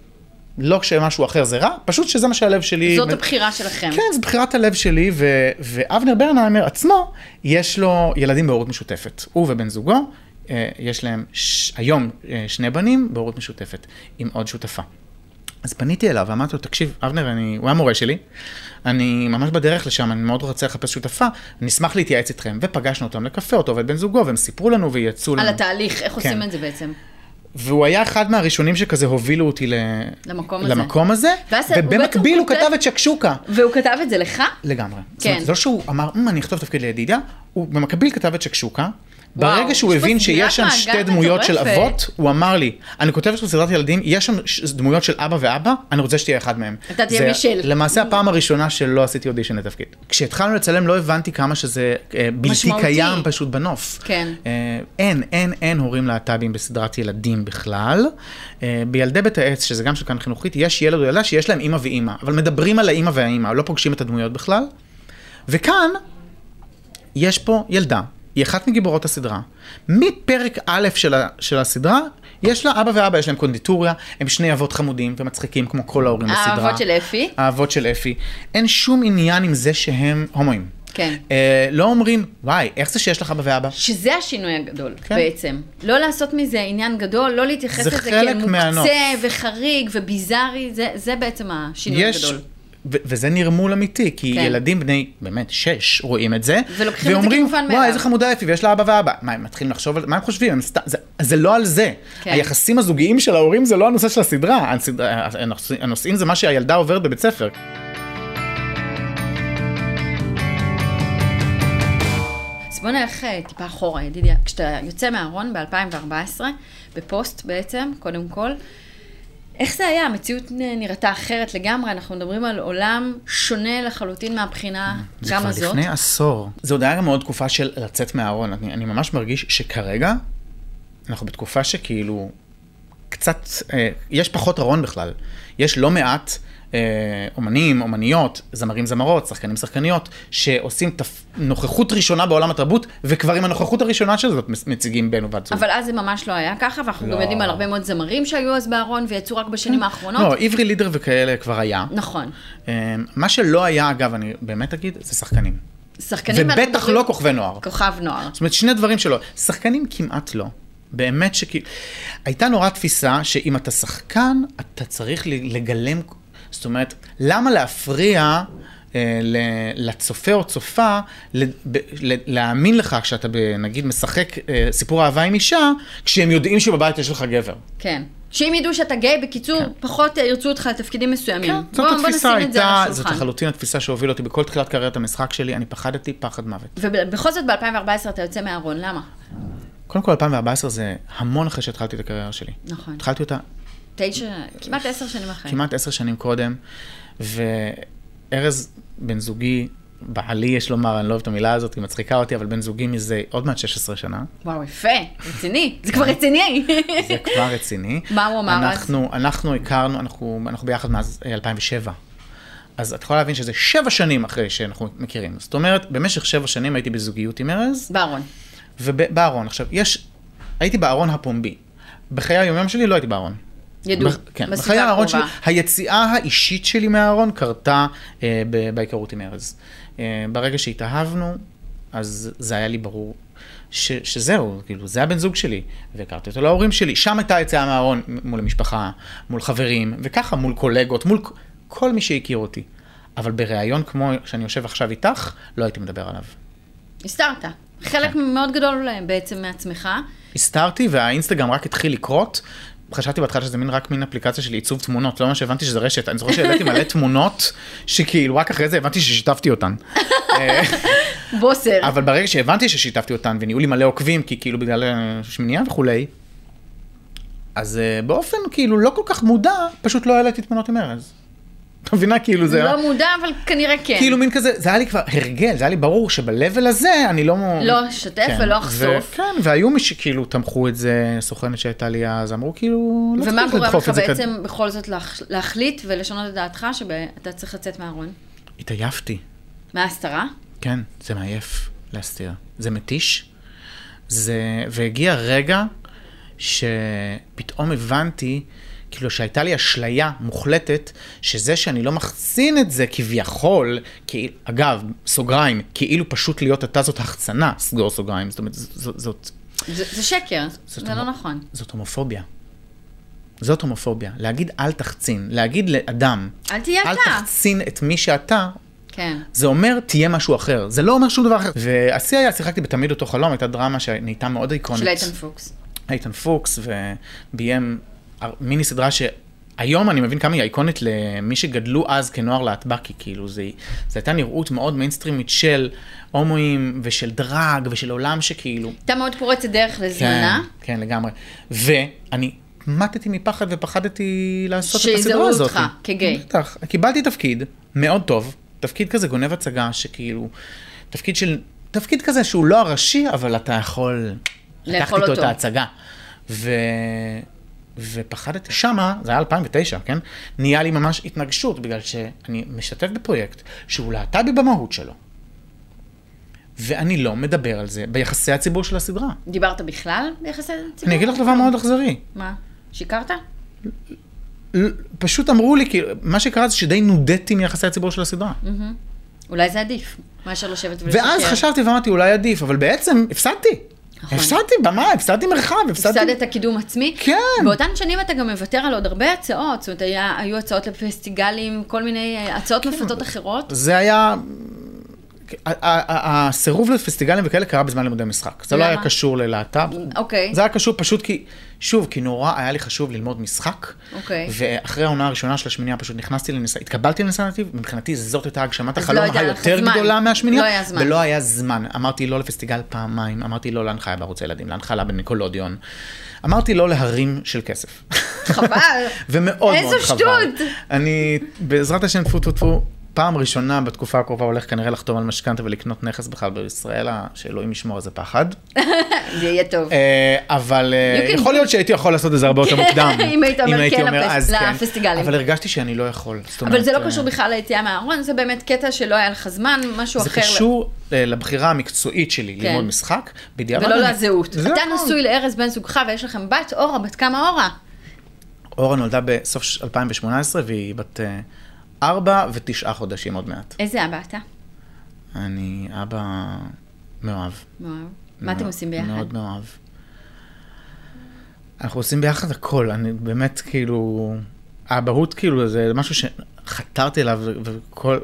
Speaker 2: לא כשמשהו אחר זה רע, פשוט שזה מה שהלב שלי...
Speaker 1: זאת הבחירה שלכם.
Speaker 2: כן, זו בחירת הלב שלי, ו... ואבנר ברנהיימר עצמו, יש לו ילדים בהורות משותפת. הוא ובן זוגו, אה, יש להם ש... היום אה, שני בנים בהורות משותפת, עם עוד שותפה. אז פניתי אליו ואמרתי לו, תקשיב, אבנר, אני, הוא היה מורה שלי, אני ממש בדרך לשם, אני מאוד רוצה לחפש שותפה, אני אשמח להתייעץ איתכם. ופגשנו אותם לקפה, אותו ואת בן זוגו, והם סיפרו לנו וייעצו
Speaker 1: על
Speaker 2: לנו.
Speaker 1: התהליך, איך עושים
Speaker 2: כן.
Speaker 1: את זה בעצם.
Speaker 2: והוא היה אחד מהראשונים שכזה הובילו אותי ל...
Speaker 1: למקום הזה.
Speaker 2: למקום הזה,
Speaker 1: ואז הוא בעצם
Speaker 2: ובמקביל הוא
Speaker 1: כותב-
Speaker 2: כתב את שקשוקה.
Speaker 1: והוא כתב את זה לך?
Speaker 2: לגמרי. זאת
Speaker 1: כן.
Speaker 2: אומרת, זה לא שהוא אמר, "מ, אני אכתוב תפקיד לידידיה, הוא במקביל כתב את שקשוקה. ברגע שהוא
Speaker 1: יש פה
Speaker 2: הבין
Speaker 1: סגירת
Speaker 2: שיש שם שתי
Speaker 1: מעגל
Speaker 2: דמויות של
Speaker 1: מטורפת.
Speaker 2: אבות, הוא אמר לי, אני כותב את סדרת ילדים, יש שם ש- דמויות של אבא ואבא, אני רוצה שתהיה אחד מהם.
Speaker 1: אתה תהיה
Speaker 2: זה
Speaker 1: מישל.
Speaker 2: למעשה הפעם הראשונה שלא עשיתי אודישן לתפקיד. כשהתחלנו לצלם לא הבנתי כמה שזה אה, בלתי
Speaker 1: משמעותי.
Speaker 2: קיים פשוט בנוף.
Speaker 1: כן.
Speaker 2: אה, אין, אין, אין הורים להט"בים בסדרת ילדים בכלל. אה, בילדי בית העץ, שזה גם של כאן חינוכית, יש ילד או ילדה שיש להם אימא ואימא, אבל מדברים על האימא והאימא, לא פוגשים את הדמויות בכלל. וכאן, יש פה ילדה, היא אחת מגיבורות הסדרה. מפרק א' של, ה, של הסדרה, יש לה אבא ואבא, יש להם קונדיטוריה, הם שני אבות חמודים ומצחיקים כמו כל ההורים בסדרה.
Speaker 1: האהבות של אפי.
Speaker 2: האבות של אפי. אין שום עניין עם זה שהם הומואים.
Speaker 1: כן.
Speaker 2: אה, לא אומרים, וואי, איך זה שיש לך אבא ואבא?
Speaker 1: שזה השינוי הגדול
Speaker 2: כן.
Speaker 1: בעצם. לא לעשות מזה עניין גדול, לא להתייחס
Speaker 2: זה
Speaker 1: לזה
Speaker 2: חלק
Speaker 1: כאל
Speaker 2: מהנוף.
Speaker 1: מוקצה וחריג וביזארי, זה- זה בעצם השינוי
Speaker 2: יש,
Speaker 1: הגדול.
Speaker 2: ו- וזה נרמול אמיתי, כי
Speaker 1: כן.
Speaker 2: כן. ילדים בני, באמת, שש, רואים את זה.
Speaker 1: ולוקחים את זה כמובן מאליו."
Speaker 2: וואי, איזה חמודה אפי, ויש לה אבא ואבא. מה, הם מתחילים לחשוב על מה הם חושבים? הם סתם, זה, זה לא על זה.
Speaker 1: כן.
Speaker 2: כן. היחסים הזוגיים של ההורים זה לא הנושא של הסדרה. הסדרה הנושא, הנושאים זה מה שהילדה עוברת בבית ספר.
Speaker 1: אז בוא נלך אה, טיפה אחורה, ידידיה. כשאתה יוצא מהארון ב-2014, בפוסט בעצם, קודם כל, איך זה היה? המציאות נ- נראתה אחרת לגמרי, אנחנו מדברים על עולם שונה לחלוטין מהבחינה
Speaker 2: זה
Speaker 1: גם
Speaker 2: כבר
Speaker 1: הזאת.
Speaker 2: לפני עשור. זה עוד היה גם מאוד תקופה של לצאת מהארון. אני, אני ממש מרגיש שכרגע, אנחנו בתקופה שכאילו, קצת, אה, יש פחות ארון בכלל. יש לא מעט אה, אומנים, אומניות, זמרים, זמרות, שחקנים, שחקניות, שעושים תפ... נוכחות ראשונה בעולם התרבות, וכבר עם הנוכחות הראשונה של זאת מס- מציגים בן ובת זוג.
Speaker 1: אבל אז זה ממש לא היה ככה, ואנחנו גם
Speaker 2: לא.
Speaker 1: יודעים על הרבה מאוד זמרים שהיו אז בארון ויצאו רק בשנים
Speaker 2: לא,
Speaker 1: האחרונות.
Speaker 2: עברי לידר וכאלה כבר היה.
Speaker 1: נכון.
Speaker 2: אה, מה שלא היה, אגב, אני באמת אגיד, זה שחקנים.
Speaker 1: שחקנים... ואנחנו
Speaker 2: ובטח
Speaker 1: מדברים-
Speaker 2: לא כוכבי נוער.
Speaker 1: כוכב נוער.
Speaker 2: זאת אומרת, שני דברים שלא. שחקנים כמעט לא. באמת שכאילו... הייתה נורא תפיסה שאם אתה שחקן, אתה צריך ל- לגלם... זאת אומרת, למה להפריע אה, ל- לצופה או צופה ל- ב- ל- להאמין לך כשאתה, ב- נגיד, משחק אה, סיפור אהבה עם אישה, כשהם יודעים שבבית יש לך גבר?
Speaker 1: כן. שאם ידעו שאתה גיי, בקיצור, פחות אה, ירצו אותך לתפקידים מסוימים.
Speaker 2: כן. זאת
Speaker 1: בוא- בוא
Speaker 2: התפיסה
Speaker 1: נשים את זה על
Speaker 2: הייתה, זאת
Speaker 1: השולחן.
Speaker 2: לחלוטין התפיסה שהובילה אותי בכל תחילת קריירת המשחק שלי, אני פחדתי פחד מוות.
Speaker 1: ובכל זאת ב-2014 אתה יוצא מהארון, למה?
Speaker 2: קודם כל, 2014 זה המון אחרי שהתחלתי את הקריירה שלי.
Speaker 1: נכון.
Speaker 2: התחלתי אותה
Speaker 1: תשע, כמעט כן. עשר שנים אחרי.
Speaker 2: כמעט עשר שנים קודם, וארז בן זוגי בעלי, יש לומר, אני לא אוהב את המילה הזאת, היא מצחיקה אותי, אבל בן זוגי מזה עוד מעט 16 שנה,
Speaker 1: וואו, יפה, רציני, זה כבר רציני. [LAUGHS]
Speaker 2: זה כבר רציני.
Speaker 1: מה הוא אמר אז?
Speaker 2: אנחנו, אנחנו הכרנו, אנחנו, אנחנו ביחד מאז אה, 2007. אז את יכולה להבין שזה שבע שנים אחרי שאנחנו מכירים. זאת אומרת, במשך שבע שנים הייתי בזוגיות עם ארז,
Speaker 1: בארון.
Speaker 2: ובארון. עכשיו, יש, הייתי בארון הפומבי. בחיי היומיום שלי לא הייתי בארון.
Speaker 1: ידעו,
Speaker 2: בח- כן,
Speaker 1: בסביבה
Speaker 2: בחיי הארון שלי,
Speaker 1: הקרובה.
Speaker 2: היציאה האישית שלי מהארון קרתה אה, ב- בהיכרות עם ארז. אה, ברגע שהתאהבנו, אז זה היה לי ברור ש, שזהו, כאילו, זה הבן זוג שלי, והכרתי אותו להורים שלי. שם הייתה היציאה מהארון, מ- מול המשפחה, מול חברים, וככה, מול קולגות, מול כ- כל מי שהכיר אותי. אבל בריאיון כמו שאני יושב עכשיו איתך, לא הייתי מדבר עליו.
Speaker 1: הסתרת. חלק
Speaker 2: כן.
Speaker 1: מאוד גדול אה, בעצם מעצמך.
Speaker 2: הסתרתי והאינסטגרם רק התחיל לקרות. חשבתי בהתחלה שזה מין רק מין אפליקציה של עיצוב תמונות, לא ממש הבנתי שזה רשת. אני זוכר שהעליתי מלא תמונות, שכאילו רק אחרי זה הבנתי ששיתפתי אותן.
Speaker 1: בוסר.
Speaker 2: אבל ברגע שהבנתי ששיתפתי אותן ונהיו לי מלא עוקבים, כי כאילו בגלל אה, שמינייה וכולי, אז אה, באופן כאילו לא כל כך מודע, פשוט לא העליתי תמונות עם ארז. את מבינה? כאילו זה...
Speaker 1: לא מודע, אבל כנראה כן.
Speaker 2: כאילו מין כזה, זה היה לי כבר הרגל, זה היה לי ברור שבלבל הזה אני לא... מ-
Speaker 1: לא אשתף ולא אחשוף.
Speaker 2: ו- כן, והיו מי שכאילו תמכו את זה, סוכנת שהייתה לי אז, אמרו כאילו, לא
Speaker 1: ומה
Speaker 2: צריך
Speaker 1: גורם
Speaker 2: לדחוף
Speaker 1: לך
Speaker 2: את זה כזה.
Speaker 1: בעצם בכל זאת להח- להחליט ולשנות את דעתך שאתה צריך לצאת מהארון?
Speaker 2: התעייפתי,
Speaker 1: מההסתרה?
Speaker 2: כן, זה מעייף להסתיר. זה מתיש. זה... והגיע רגע שפתאום הבנתי, כאילו שהייתה לי אשליה מוחלטת, שזה שאני לא מחסין את זה כביכול, כי... אגב, סוגריים, כאילו פשוט להיות אתה זאת החצנה, סגור סוגריים, זאת אומרת, ז- ז- זאת...
Speaker 1: זה זה שקר,
Speaker 2: זאת
Speaker 1: זה לא
Speaker 2: אומרת-
Speaker 1: נכון.
Speaker 2: זאת הומופוביה. זאת הומופוביה. להגיד אל תחצין, להגיד לאדם,
Speaker 1: אל תהיה
Speaker 2: אל
Speaker 1: אתה.
Speaker 2: תחצין את מי שאתה,
Speaker 1: כן.
Speaker 2: זה אומר תהיה משהו אחר. זה לא אומר שום דבר אחר. והשיא היה, שיחקתי בתמיד אותו חלום, הייתה דרמה שנהייתה מאוד איקונית.
Speaker 1: של איתן פוקס.
Speaker 2: איתן פוקס, וביים הר- מיני סדרה ש... היום אני מבין כמה היא אייקונית למי שגדלו אז כנוער להטבקי, כאילו זה, זה הייתה נראות מאוד מיינסטרימית של הומואים ושל דרג ושל עולם שכאילו
Speaker 1: הייתה מאוד פורצת דרך לזמנה.
Speaker 2: כן, כן, לגמרי. ואני מתתי מפחד ופחדתי לעשות את
Speaker 1: שיזהו
Speaker 2: הסדרה הזאת.
Speaker 1: אותך כגיי.
Speaker 2: בטח. קיבלתי תפקיד מאוד טוב, תפקיד כזה גונב הצגה, שכאילו, תפקיד של, תפקיד כזה שהוא לא הראשי, אבל אתה יכול...
Speaker 1: לאכול
Speaker 2: לקחת איתו
Speaker 1: אותו.
Speaker 2: את ההצגה. ו... ופחדתי. שמה, זה היה 2009, כן? נהיה לי ממש התנגשות, בגלל שאני משתתף בפרויקט שהוא להט"בי במהות שלו. ואני לא מדבר על זה ביחסי הציבור של הסדרה.
Speaker 1: דיברת בכלל ביחסי ציבור?
Speaker 2: אני אגיד לך דבר מאוד אכזרי.
Speaker 1: מה? שיקרת?
Speaker 2: ל- פשוט אמרו לי, כאילו, מה שקרה זה שדי נודדתי מיחסי הציבור של הסדרה.
Speaker 1: אולי זה עדיף, מאשר לשבת ולשקר.
Speaker 2: ואז חשבתי ואמרתי, אולי עדיף, אבל בעצם הפסדתי.
Speaker 1: כן. נכון.
Speaker 2: הפסדתי במה, הפסדתי מרחב, הפסדתי...
Speaker 1: הפסדת קידום עצמי.
Speaker 2: כן.
Speaker 1: באותן שנים אתה גם מוותר על עוד הרבה הצעות, זאת אומרת, היה, היו הצעות לפסטיגלים, כל מיני אה, הצעות
Speaker 2: כן.
Speaker 1: מפתות אחרות.
Speaker 2: זה היה... ה- ה- ה- הסירוב לפסטיגלים וכאלה קרה בזמן לימודי משחק. זה לא
Speaker 1: למה?
Speaker 2: היה קשור ללהט"ב.
Speaker 1: אוקיי.
Speaker 2: זה היה קשור פשוט כי, שוב, כי נורא היה לי חשוב ללמוד משחק.
Speaker 1: אוקיי.
Speaker 2: ואחרי העונה הראשונה של השמינייה פשוט נכנסתי לניסיון, התקבלתי לניסיון נתיב, מבחינתי זאת הייתה הגשמת
Speaker 1: אז
Speaker 2: החלום
Speaker 1: לא היה לך
Speaker 2: היותר
Speaker 1: זמן.
Speaker 2: גדולה מהשמינייה.
Speaker 1: לא היה זמן.
Speaker 2: ולא היה זמן. אמרתי לא לפסטיגל פעמיים, אמרתי לא להנחיה בערוץ הילדים, להנחלה בניקולודיון. אמרתי לא להרים של כסף.
Speaker 1: חבל.
Speaker 2: [LAUGHS] ומאוד
Speaker 1: איזו
Speaker 2: מאוד חבל.
Speaker 1: שטות.
Speaker 2: אני, בעזרת השם, טפו טפו טפו, פעם ראשונה בתקופה הקרובה הולך כנראה לחתום על משכנתה ולקנות נכס בכלל בישראל, אה, שאלוהים ישמור איזה פחד.
Speaker 1: זה יהיה טוב.
Speaker 2: אה, אבל אה,
Speaker 1: You can כן,
Speaker 2: יכול להיות שהייתי יכול לעשות את זה הרבה יותר מוקדם.
Speaker 1: [LAUGHS] אם היית אומר כן לפס-
Speaker 2: אז
Speaker 1: לפסטיגלים.
Speaker 2: אבל הרגשתי שאני לא יכול. זאת
Speaker 1: אבל זה
Speaker 2: אומרת,
Speaker 1: לא קשור
Speaker 2: אה,
Speaker 1: בכלל ליציאה מהארון, זה באמת קטע שלא היה לך זמן, משהו
Speaker 2: זה
Speaker 1: אחר.
Speaker 2: קשור אה, לבחירה המקצועית שלי
Speaker 1: כן.
Speaker 2: ללמוד משחק, בדיעבד.
Speaker 1: ולא
Speaker 2: אני-
Speaker 1: לזהות.
Speaker 2: זה לא
Speaker 1: אתה
Speaker 2: הכל.
Speaker 1: נשוי לארז בן זוגך ויש לכם בת אורה, בת כמה אורה?
Speaker 2: אורה נולדה בסוף ש- 2018 והיא בת אה, ארבע ותשעה חודשים עוד מעט.
Speaker 1: איזה אבא אתה?
Speaker 2: אני אבא מאוהב.
Speaker 1: מאוהב. מה אתם
Speaker 2: מאוד-
Speaker 1: עושים ביחד?
Speaker 2: מאוד מאוהב. אנחנו עושים ביחד הכל, אני באמת כאילו, האבהות כאילו זה משהו שחתרתי אליו ו- וכל,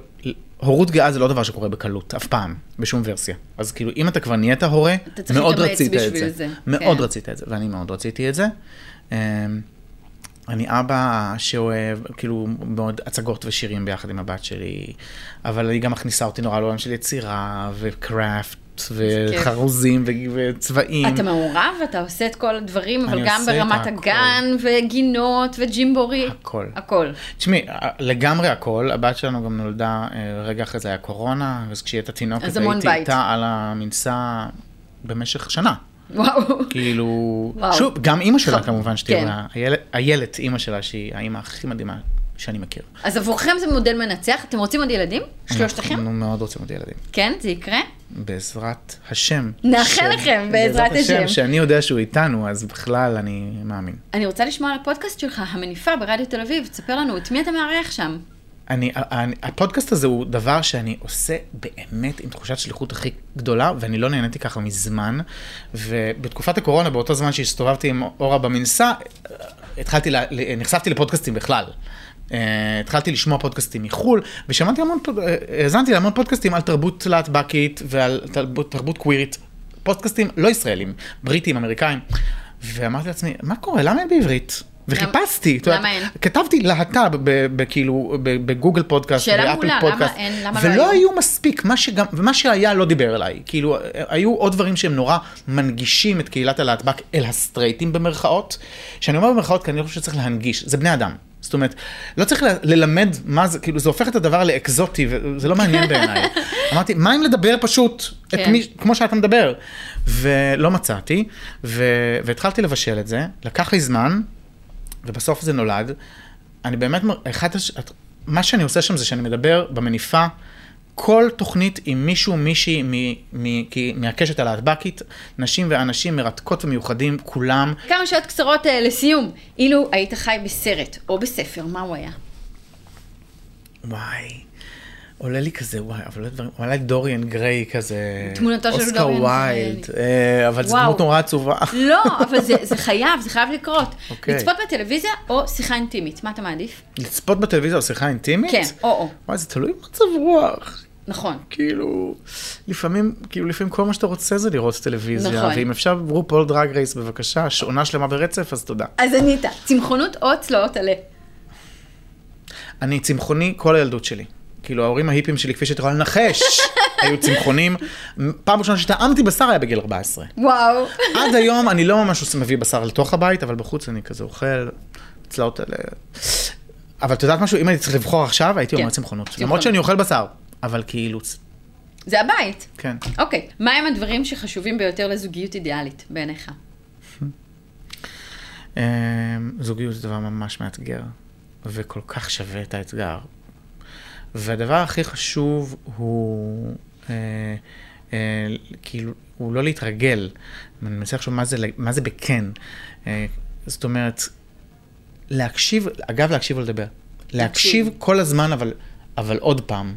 Speaker 2: הורות גאה זה לא דבר שקורה בקלות, אף פעם, בשום ורסיה. אז כאילו אם אתה כבר נהיית הורה,
Speaker 1: אתה צריך
Speaker 2: מאוד
Speaker 1: להתאמץ
Speaker 2: רצית את
Speaker 1: בשביל
Speaker 2: זה.
Speaker 1: זה,
Speaker 2: מאוד
Speaker 1: כן.
Speaker 2: רצית את זה, ואני מאוד רציתי את זה. אמ, אני אבא שאוהב, כאילו, מאוד הצגות ושירים ביחד עם הבת שלי, אבל היא גם מכניסה אותי נורא לעולם של יצירה וקראפט פירות וחרוזים ו- וצבעים.
Speaker 1: אתה מעורב, אתה עושה את כל הדברים, אבל
Speaker 2: אני
Speaker 1: גם
Speaker 2: עושה את
Speaker 1: ברמת
Speaker 2: הכל.
Speaker 1: הגן, וגינות, וג'ימבורי.
Speaker 2: הכל.
Speaker 1: הכל.
Speaker 2: תשמעי, אה, לגמרי הכל, הבת שלנו גם נולדה, אה, רגע אחרי זה היה קורונה, אז כשהיא הייתה תינוקת
Speaker 1: אז המון
Speaker 2: הייתי
Speaker 1: בית.
Speaker 2: איתה על המנסה במשך שנה.
Speaker 1: וואו.
Speaker 2: כאילו,
Speaker 1: וואו.
Speaker 2: שוב, גם אימא שלה
Speaker 1: ח-
Speaker 2: כמובן, שתהיה,
Speaker 1: כן.
Speaker 2: לה- איילת- איילת, אימא שלה, שהיא האימא הכי מדהימה שאני מכיר.
Speaker 1: אז עבורכם זה מודל מנצח? אתם רוצים עוד ילדים? שלושתכם?
Speaker 2: אנחנו מאוד רוצים עוד ילדים.
Speaker 1: כן, זה יקרה?
Speaker 2: בעזרת השם.
Speaker 1: נאחל
Speaker 2: ש-
Speaker 1: לכם, בעזרת השם.
Speaker 2: שאני יודע שהוא איתנו, אז בכלל אני מאמין.
Speaker 1: אני רוצה לשמוע על הפודקאסט שלך, המניפה ברדיו תל אביב. תספר לנו, את מי אתה מארח שם?
Speaker 2: אני, אני, הפודקאסט הזה הוא דבר שאני עושה באמת עם תחושת שליחות הכי גדולה, ואני לא נהניתי ככה מזמן. ובתקופת הקורונה, באותו זמן שהסתובבתי עם אורה במנסה, התחלתי, לה, נחשפתי לפודקאסטים בכלל. אה, התחלתי לשמוע פודקאסטים מחו"ל, ושמעתי המון, פוד- אה, האזנתי להמון פודקאסטים על תרבות להטבקית ועל תרבות, תרבות קווירית. פודקאסטים לא ישראלים, בריטים, אמריקאים. ואמרתי לעצמי, מה קורה? למה אין בעברית? וחיפשתי, את יודעת,
Speaker 1: למה אין?
Speaker 2: כתבתי להט"ב ב- בכאילו ב- בגוגל פודקאסט,
Speaker 1: שאלה
Speaker 2: באפל
Speaker 1: מעולה, למה
Speaker 2: פודקאסט,
Speaker 1: אין- למה לא
Speaker 2: ולא
Speaker 1: היו?
Speaker 2: היו מספיק, מה שגם, ומה שהיה לא דיבר אליי, כאילו היו עוד דברים שהם נורא מנגישים את קהילת הלהטב"ק אל הסטרייטים במרכאות, שאני אומר במרכאות כי אני לא חושב שצריך להנגיש, זה בני אדם. זאת אומרת, לא צריך ל- ללמד מה זה, כאילו זה הופך את הדבר לאקזוטי, וזה לא
Speaker 1: [LAUGHS]
Speaker 2: מעניין בעיניי. אמרתי, מה אם לדבר פשוט, את
Speaker 1: כן.
Speaker 2: מי, כמו שאתה מדבר? ולא מצאתי, ו... והתחלתי לבשל את זה, לקח לי זמן, ובסוף זה נולד. אני באמת, מר- אחת, הש- את- מה שאני עושה שם זה שאני מדבר במניפה כל תוכנית עם מישהו, מישהי מ, מ, כי- מהקשת הלהטב"קית, נשים ואנשים מרתקות ומיוחדים, כולם.
Speaker 1: כמה שעות קצרות אה, לסיום. אילו היית חי בסרט או בספר, מה הוא היה?
Speaker 2: וואי, עולה לי כזה, וואי, אבל לא דברים, עולה לי דוריאן גריי כזה.
Speaker 1: תמונתו של
Speaker 2: אוסקר
Speaker 1: דוריאן
Speaker 2: ויילד,
Speaker 1: גריי.
Speaker 2: אה, אבל זו
Speaker 1: וואו.
Speaker 2: דמות נורא עצובה. [LAUGHS]
Speaker 1: לא, אבל זה, זה חייב, זה חייב לקרות.
Speaker 2: אוקיי.
Speaker 1: לצפות בטלוויזיה או שיחה אינטימית, מה אתה מעדיף?
Speaker 2: לצפות בטלוויזיה או שיחה אינטימית?
Speaker 1: כן, או-או.
Speaker 2: וואי, זה תלוי במצב רוח.
Speaker 1: נכון.
Speaker 2: כאילו, לפעמים, כאילו, לפעמים כל מה שאתה רוצה זה לראות טלוויזיה.
Speaker 1: נכון.
Speaker 2: ואם אפשר, רופול דרג רייס, בבקשה, שעונה שלמה ברצף, אז תודה.
Speaker 1: אז ענית, צמחונות או צלעות עלה?
Speaker 2: אני צמחוני כל הילדות שלי. כאילו, ההורים ההיפים שלי, כפי שאתה יכולה
Speaker 1: [LAUGHS]
Speaker 2: לנחש, היו צמחונים. פעם ראשונה שטעמתי בשר היה בגיל 14.
Speaker 1: וואו.
Speaker 2: עד היום אני לא ממש עושה- מביא בשר לתוך הבית, אבל בחוץ אני כזה אוכל, צלעות על... אבל את יודעת משהו? אם הייתי צריך לבחור עכשיו, הייתי
Speaker 1: כן.
Speaker 2: אומר צמחונות.
Speaker 1: צמחונות.
Speaker 2: למרות שאני אוכל בשר, אבל כאילו, צ-
Speaker 1: זה הבית.
Speaker 2: כן.
Speaker 1: אוקיי, מהם הדברים שחשובים ביותר לזוגיות אידיאלית בעיניך?
Speaker 2: אמ, זוגיות זה דבר ממש מאתגר, וכל כך שווה את האתגר. והדבר הכי חשוב הוא, אה, אה, כאילו, הוא לא להתרגל. אני מנסה לחשוב מה זה, ל- מה זה בכן. אה, זאת אומרת, להקשיב, אגב, להקשיב או לדבר. להקשיב כל הזמן, אבל, אבל עוד פעם.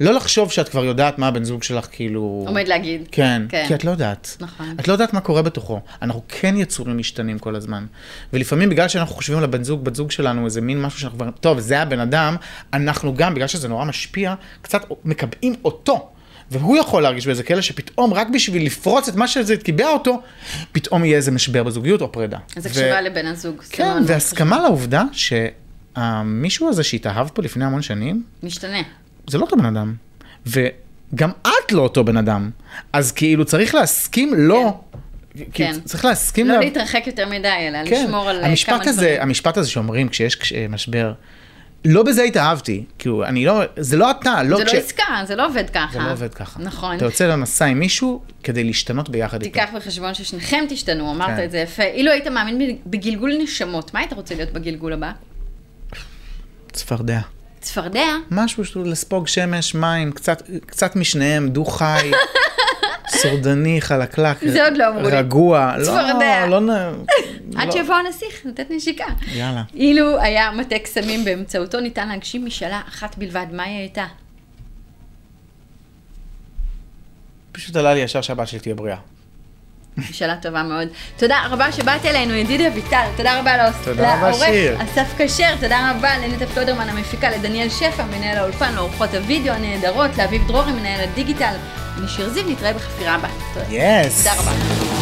Speaker 2: לא לחשוב שאת כבר יודעת מה הבן זוג שלך, כאילו...
Speaker 1: עומד להגיד.
Speaker 2: כן,
Speaker 1: כן.
Speaker 2: כן, כי את לא יודעת.
Speaker 1: נכון.
Speaker 2: את לא יודעת מה קורה בתוכו. אנחנו כן יצורים משתנים כל הזמן. ולפעמים בגלל שאנחנו חושבים על הבן זוג, בת זוג שלנו, איזה מין משהו שאנחנו כבר, טוב, זה הבן אדם, אנחנו גם, בגלל שזה נורא משפיע, קצת מקבעים אותו. והוא יכול להרגיש באיזה כאלה שפתאום, רק בשביל לפרוץ את מה שזה קיבע אותו, פתאום יהיה איזה משבר בזוגיות או פרידה.
Speaker 1: אז
Speaker 2: ו-
Speaker 1: הקשבה לבן הזוג. לא זה מאוד
Speaker 2: כן,
Speaker 1: מאוד
Speaker 2: והסכמה לעובדה שהמישהו הזה שהתאהב פה לפני המון שנים,
Speaker 1: חשוב. משתנה.
Speaker 2: זה לא אותו בן אדם. וגם את לא אותו בן אדם. אז כאילו צריך להסכים לא. כאילו,
Speaker 1: כן.
Speaker 2: צריך להסכים...
Speaker 1: לא
Speaker 2: לה-
Speaker 1: להתרחק יותר מדי, אלא
Speaker 2: כן.
Speaker 1: לשמור על אה, כמה
Speaker 2: המשפט הזה,
Speaker 1: דברים.
Speaker 2: המשפט הזה שאומרים כשיש כש- אה, משבר, לא בזה התאהבתי. כאילו, אני לא... זה לא אתה, לא
Speaker 1: זה
Speaker 2: כש...
Speaker 1: לא עסקה, זה לא עובד ככה.
Speaker 2: זה לא עובד ככה.
Speaker 1: נכון.
Speaker 2: אתה יוצא למסע עם מישהו כדי להשתנות ביחד איתו.
Speaker 1: תיקח בחשבון ששניכם תשתנו, אמרת
Speaker 2: כן.
Speaker 1: את זה יפה. אילו היית מאמין ב- בגלגול נשמות, מה היית רוצה להיות בגלגול הבא?
Speaker 2: צפרדע.
Speaker 1: צפרדע?
Speaker 2: משהו שאתה לספוג שמש, מים, קצת, קצת
Speaker 1: [LAUGHS]
Speaker 2: משניהם, דו-חי, סורדני, חלקלק,
Speaker 1: זה עוד לא אמרו לי.
Speaker 2: רגוע. לא,
Speaker 1: צפרדע.
Speaker 2: לא, נ-
Speaker 1: עד
Speaker 2: לא.
Speaker 1: שיבוא הנסיך, לתת נשיקה.
Speaker 2: יאללה.
Speaker 1: אילו היה מטה קסמים באמצעותו ניתן להגשים משאלה אחת בלבד, מה היא הייתה?
Speaker 2: פשוט עלה לי ישר שהבת שלי תהיה בריאה.
Speaker 1: שאלה טובה מאוד. תודה רבה שבאת אלינו, ידיד אביטל. תודה רבה לאוס-
Speaker 2: תודה רבה, שיר.
Speaker 1: אסף כשר, תודה רבה לנטע פלודרמן המפיקה, לדניאל שפע, מנהל האולפן, לאורחות הוידאו הנהדרות, לאביב דרורי, מנהל הדיגיטל. אני שיר זיו, נתראה בחפירה הבאה. תודה.
Speaker 2: יס!
Speaker 1: תודה רבה.